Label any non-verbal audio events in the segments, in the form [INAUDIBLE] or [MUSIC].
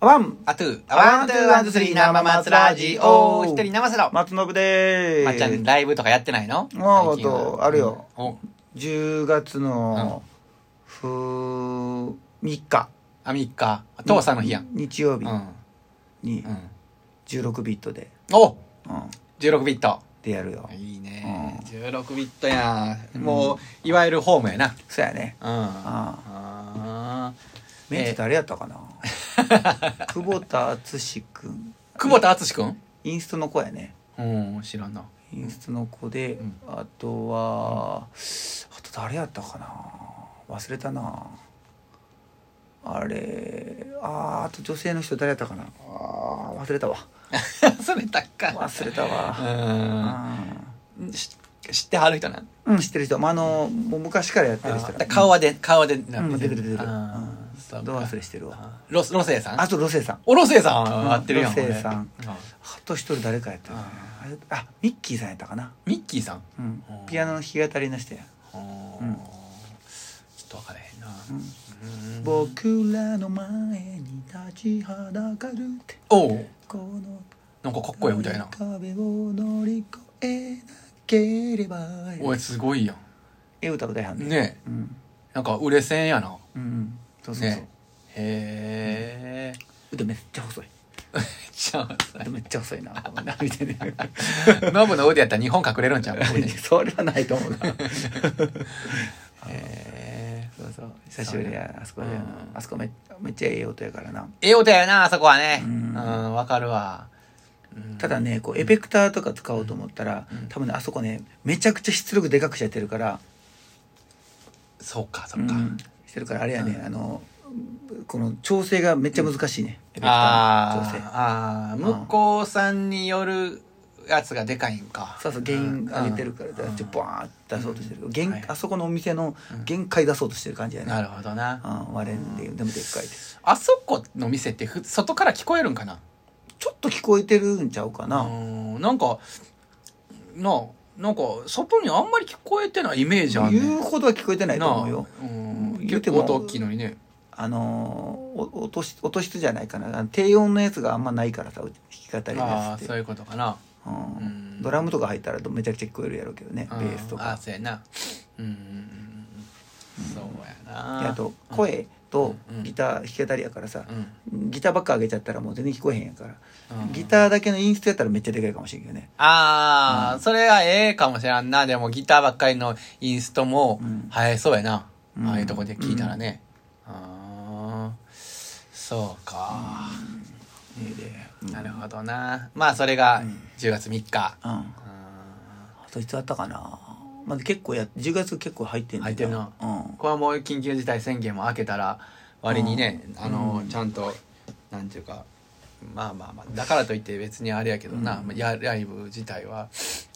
ワンあとゥー、ワン、ツー、ワン、ツー、スリー、生松ラジオ、一人生瀬ろ。ま松信でっちゃん、ーライブとかやってないのああ最近はとあるよ。お、す。10月の、ふー、3日、あ、3日。父さんの日やん。日曜う日ん。にうん。 16ビットで、おうん、 16ビット。でやるよ。いいね。16ビットやん。もう、いわゆるホームやな。そうやね。うん。ああああ。メンツ誰やったか [LAUGHS] な久保田敦くん。久保田敦くんインストの子やね。うん、知らんな。 [LAUGHS] インストの子で、んあとは、あと誰やったかな忘れたなあれあーあと女性の人誰やったかなあー忘れたわそれたっか。忘れたうわん。あし知ってはる人なんーうん知ってる人、まあ、あのもう昔からやってる人あ顔はで、顔はで、う、なんうん、出てる出てるあうんーそうどうか忘れしてるわあロス、ロセイさんあとロセさんお、ロセイさんは合ってるやうん。んロセイ俺さんうあと一人誰かやったよねあれあミッキーさんやったかな、ミッキーさん。うんうん、ピアノの弾き語りの人やあーうんちょっと分からへんな。うん僕らの前に立ちはだかるっておうこのなんかかっこいいみたいな。壁を乗り越えなければおい、すごいやん。え歌歌いはんねねえ、うんなんか売れ線やな。うんそうそうそう、ねえ。へえ。 [LAUGHS] 歌めっちゃ細いじゃ歌めっちゃ細い [LAUGHS] な見てね [LAUGHS] あ、ノブの腕やったら日本隠れるんちゃうここにそれはないと思うなへえ。そうそう久しぶりやあそこでうんあそこめめっちゃええ音やからなええ音やな、あそこはね。ううんん、わかるわ。うんただねこうエフェクターとか使おうと思ったら、うん多分ねあそこねめちゃくちゃ出力でかくしちゃってるからそうか、そうか。うんしてるからあれやね、あのこの調整がめっちゃ難しいね、エフェクターのあ調整ーあー向こうさんによるやつがでかいんかそうそう原因上げてるからうんちょっとバーン出そうとしてる、は限いあそこのお店の限界出そうとしてる感じやね、なるほどなうん、割れんででもでっかいですあそこの店ってふ外から聞こえるんかなちょっと聞こえてるんちゃうかうな、ーんなんかなあなんか外にあんまり聞こえてないイメージある言うねほどは聞こえてないなとあ思うようん言う結て構も音大きいのにねあのーお音し音質じゃないかなあの低音のやつがあんまないからさ弾き語りのあやあつっそうて、いうことかなうんうんドラムとか入ったらめちゃくちゃ聞こえるやろうけどねうベんースとあーかそうやなうんうんうんうんそうやでなあと声とうんギター弾き語りやからさう、んギターばっか上げちゃったらもう全然聞こえへんやから、うんギターだけのインストやったらめっちゃでかいかもしれんけどねああ、うんそれはええかもしらんな。でもギターばっかりのインストもうん映えそうやな。うんああいうとこで聞いたらね。ああ、そうか、いいでなるほどな。まあそれが10月3日。うんあといつあったかなまず結構や10月結構入ってんねん入ってるなうんこれはもう緊急事態宣言も明けたら割にね、あの、ちゃんと、なんていうか、まあまあまあ、だからといって別にあれやけどな、やライブ自体は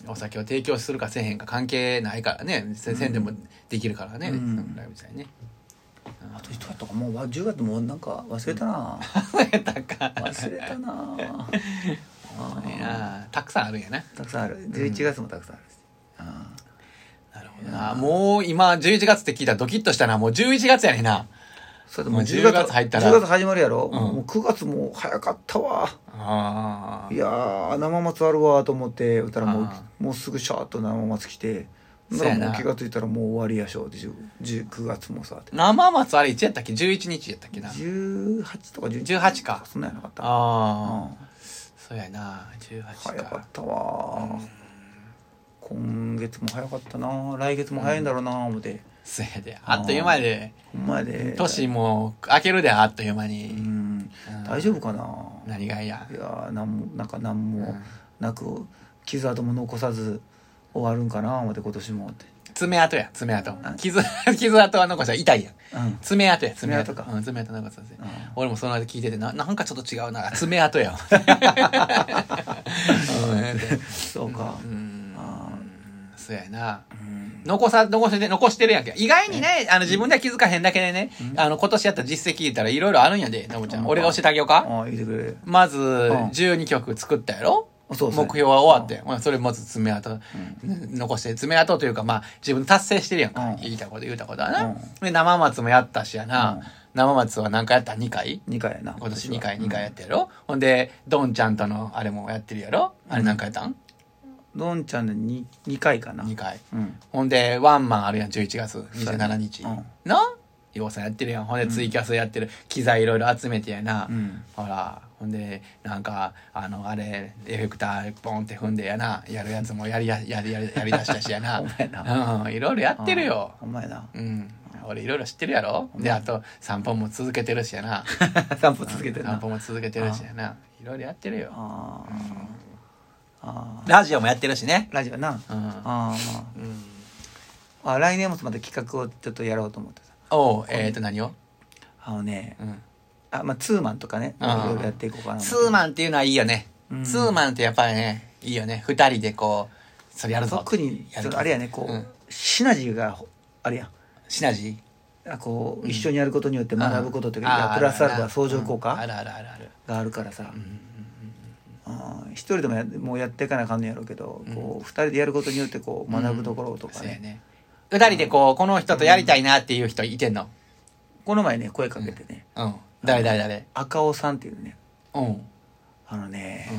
お酒を提供するかせえへんか関係ないからね、せせんでもできるからね、うんライブ自体ね。 [LAUGHS] あといつあったかもうわ10月もうなんか忘れた [LAUGHS] なたか忘れ [LAUGHS] たなたくさんあるんやなたくさんある11月もたくさんあるし、うんなるほどなもう今11月って聞いたらドキッとしたなもう11月やねんなそうだももうう10 10月月入ったら10月始まるやろ、うんもう9月も早かったわあいやー生松あるわと思って歌らもあうもうすぐシャーッと生松来てそだからうやなもう気が付いたらもう終わりやしょうって9月もさって生松あれいつやったっけ11日やったっけな18とか11 18かそんなんやなかったあうあんそうやな18早かかったわ今月も早かったな来月も早いんだろうな思って、そうやであっという間でほんまやで年もう明けるであっという間うにんうん大丈夫かな、何がいやいやーなんもなんか何うもんなく傷跡も残さず終わるんかな思って今年もって、爪痕や爪痕傷 [LAUGHS] 傷痕は残したら痛いやんうん、爪痕や爪痕爪痕かうん爪痕残させてあ俺もその間聞いててななんかちょっと違うな爪痕 [LAUGHS] やうそうか、んうんあーそうやなうん残さ残して残してるやんけ意外にねあの自分では気づかへんだけでねうんあの今年やった実績言ったらいろいろあるんやでのぶちゃんうん俺が教えてあげようかああ言ってくれるまずん12曲作ったやろあそう目そう標は終わって、まあ、それまず爪痕、残して爪痕というかまあ自分達成してるやんか、うん言いたこと言うたことはな、うんで生松もやったしやな、生松は何回やった ?2 回2回やな今年は2回、2回やってやろ、ほんで、ドンちゃんとのあれもやってるやろあれ何回やったん、うんどんちゃんで 2, 2回かな ?2 回。うんほんで、ワンマンあるやん、11月27日。そうやねなようさんやってるやん。ほんで、ツイキャスやってる。機材いろいろ集めてやな。うんほら、ほんで、なんか、あの、あれ、エフェクターポンって踏んでやな。やるやつもやりや、やり、やり、やりだしたしや [LAUGHS] なほんまや。うん、いろいろやってるよ。ほんまやなうん。俺いろいろ知ってるやろで、あと、散歩も続けてるしやな。散歩続けてるな [LAUGHS] 散歩も続けてるしやな。いろいろやってるよ。あーあーラジオもやってるしね。ラジオな、うん。あーまうんああ来年もまた企画をちょっとやろうと思ってたおう、えっと、何をあのねうん。あまあツーマンとかねいあーろいろやっていこうかなツーマンっていうのはいいよね。うんツーマンってやっぱりね、いいよね。二人でこう、それやるぞ。特にやそるのぞあれやねこう、うんシナジーがほあれやんシナジあこう、うん一緒にやることによってー学ぶことというあかープラスアルフあるあァる相乗効うんあ果るあるあるある。があるからさ、うんうんうんあー一人でもやもうやっていかなあかんのやろうけど、こう二人でやることによってこう学ぶところとかそうやね,、ね。二人でこう、この人とやりたいなっていう人いてんの。この前ね声かけてね、うん。誰誰誰赤尾さんっていうねうん。うん。あのね、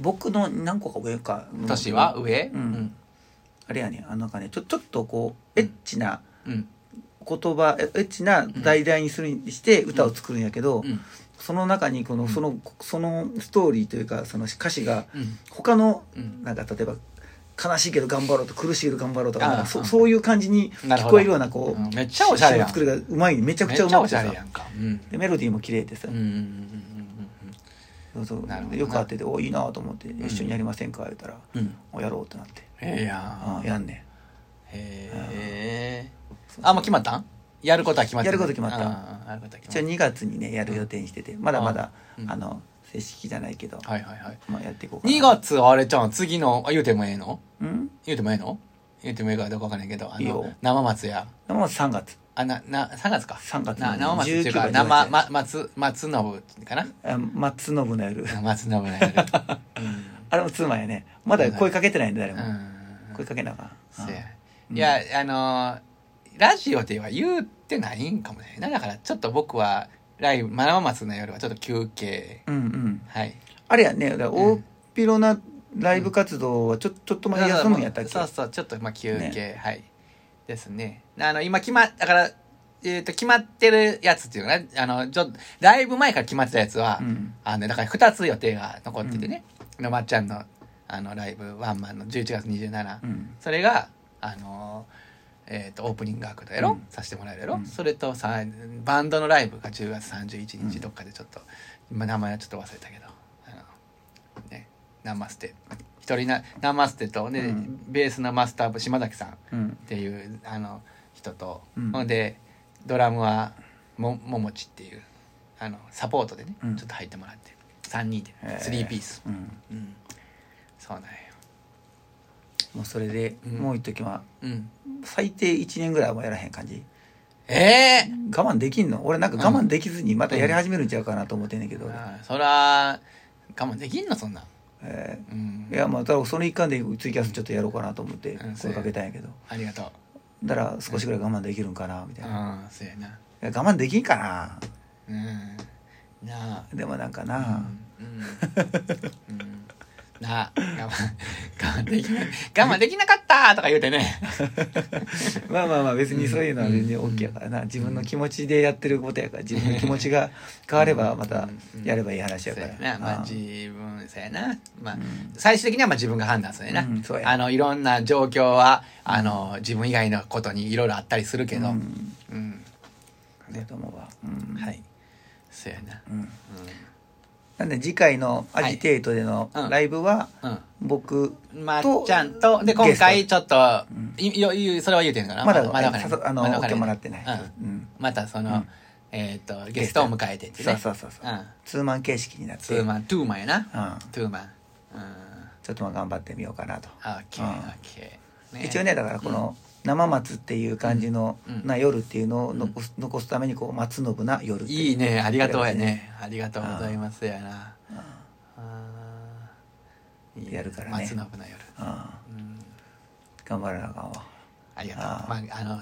僕の何個か上か年は上うん。あれやねあのなんかねちょちょっとこうエッチなうん。言葉、えエッチな題材にするにして歌を作るんやけど、うん。その中にこのそのそのストーリーというかその歌詞がうん。他のうんなんか例えば悲しいけど頑張ろうと苦しいけど頑張ろうとかあーなんかそうんそういう感じになる聞ほどこえるようなこうんうめっちゃおしゃれやん詞の作りがうまいめちゃくめっちちゃうまゃおくしてゃされやんか。うん。でメロディーも綺麗でさうんうんうんうんうんそうそうなるほどなよくあってて「おいいな」と思って「一緒にやりませんか?」言うたらうん。うん。 「おやろう」ってなってええや「あんー。やんねへえ。あ、もう決まったんやることは決まった。やること決まったた。やることはん」一応決まっ2月にねやる予定にしててまだまだうんあの正式じゃないけどた。はいはいはい。まあやっていこうかな2月はあれちゃん、次の、あ、言うてもええのうん言うてもええの言うてもええかどうかわかんないけど、あいいのよ、生松や。まあ3月あ、な、な、3月か。 3月な生松ってい19うか、番生、ま、松、松信かなあ松信の [LAUGHS] 夜松信のやる。あれもツーマンやねまだ声かけてないんで誰うもん。声かけなあかんせや。うんいや、あのーラジオでは言ってないんかもね。だから、ちょっと僕は、ライブ、生松の夜はちょっと休憩。うんうんはい。あれやねだからうん大っ広なライブ活動はちょちょっと前に休むんやったっけそうそうちょっとまあ休憩、はいですねあの今決まだからえっ、と決まってるやつっていうかねあのちょライブ前から決まってたやつは、うんあのねだから2つ予定が残っててね、のまっちゃんのあのライブワンマンの11月27、うんそれがあのえー、とオープニングアクトやろ、うんさせてもらえるやろ、うんそれとさバンドのライブが10月31日どっかでちょっと、まあ名前はちょっと忘れたけどあのねナマステ一人なナマステと、ねうんベースのマスター島崎さんっうんていうあの人と、うんほんでドラムはもももちっていうあのサポートでね、うんちょっと入ってもらって3人でへー3ピース、うんうん、そうなんよ、もうそれでうんもう一時はうん、最低1年ぐらいはもうやらへん感じええー我慢できんの俺なんか我慢できずにまたやり始めるんちゃうかなと思ってんねんけど、ああそら我慢できんのそんなんえうんーいやまあただその一環でツイキャスちょっとやろうかなと思ってうん声かけたんやけどありがとうだから少しぐらい我慢できるんかなみたいなああそうやないや我慢できんかなうんなあでもなんかな、うんうんなあ我慢我慢できな我慢できなかったとか言うてね [LAUGHS] まあまあまあ別にそういうのは全然 OK やからな自分の気持ちでやってることやから自分の気持ちが変わればまたやればいい話やそうかやらなまあああ自分そうやなまあん最終的にはまあ自分が判断するねうんそうやなあのいろんな状況はあの自分以外のことにいろいろあったりするけどうんうんだと思うわうんはいそうやなうんなんで次回のアジテートでのはいうんライブはうんうん僕まっとちゃんと、で、今回ちょっと、いよいよそれは言うてんのかなまだまだわから誘ないあのまだわか OK らないもらってないうんうんまたその、うんえっ、と、ゲストを迎えてってそね。うそうそうそうんうツーマン形式になってツーマン、トゥーマンやな。うんトゥーマン。うん。ちょっとまあ頑張ってみようかなとオッケー、うんオッケー。一応ねだからこの生松っていう感じのうんうんな夜っていうのを残す残すためにこう松信な夜っていういいね、ありがとうやね。ありがとうございますやな。あーいいねやるからね松信の夜。うんうん。頑張らなあかんわありがとう。あーまあ、あの、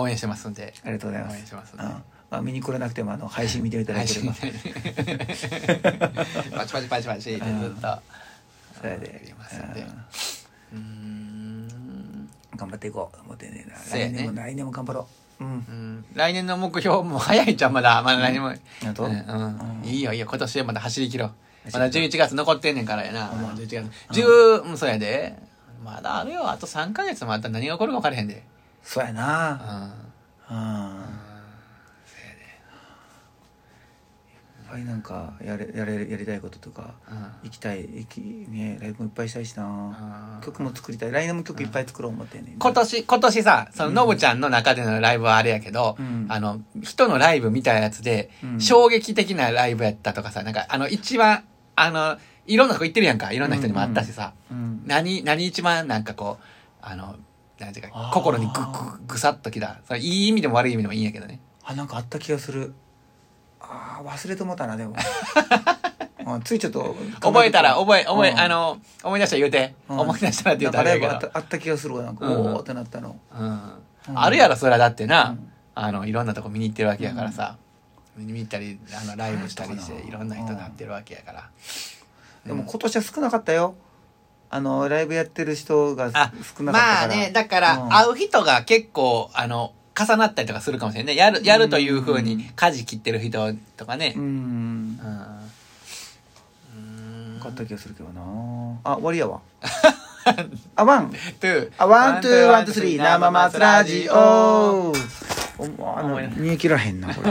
応援してますんでありがとうございま応援しす。ますうんねまあ見に来れなくてもあの配信見ていただ配ければ信。 [LAUGHS] でパチパチパチパチってずっとそれで見れますんでううーんん頑張っていこう。思ってねえな。そうや来ね年も来年も頑張ろう。うんう。ん来年の目標も早いじゃんまだまだ何も、ありがとう。うんうんいいよいいよ今年まだ走り切ろう走り切ろまうだ11月残ってんねんからやな、もう11月十うん、そうやでまだあるよあと3か月もあったら何が起こるか分からへんでそうやうんな。うやん。やっぱりなんかやれやれやりたいこととかでうん行きたい行きねライブもいっぱいしたいしな。うん曲も作りたい。来年も曲いっぱい作ろう思ってんねん。今年、今年さ、その、のぶちゃんの中でのライブはあれやけど、うんあの、人のライブみたいなやつで、うん衝撃的なライブやったとかさ、なんか、あの、一番、あの、いろんなとこ行ってるやんか、いろんな人にもあったしさ、うん。何、何一番なんかこう、あの、なんていうかあ、ー心にぐ、ぐ、ぐさっときた。それいい意味でも悪い意味でもいいんやけどね。あなんかあった気がする。ああ忘れてもうたなで [LAUGHS] も。うんついちょっと覚えたら、覚え、覚え、うんあの、思い出したら言うて、うん思い出したらって言なうんとあかれライブあやっけど。たあった気がするわなんか、うんおおってなったのうんうんあるやろ、それはだってな、うんあの、いろんなとこ見に行ってるわけやからさ、見に行ったり、あの、ライブしたりしそうやて、ったかないろんな人になってるわけやから。でも今年は少なかったよあのライブやってる人があ少なかったまかあらね、だから、うん会う人が結構、あの、重なったりとかするかもしれないね。やる、やるというふううんに、舵切ってる人とかねう。んうん。うんなかった気がするけどなあ終わりや [LAUGHS] わあワントゥあワンツーワンツースリー生松ラジオおあの見え切らへんなこれ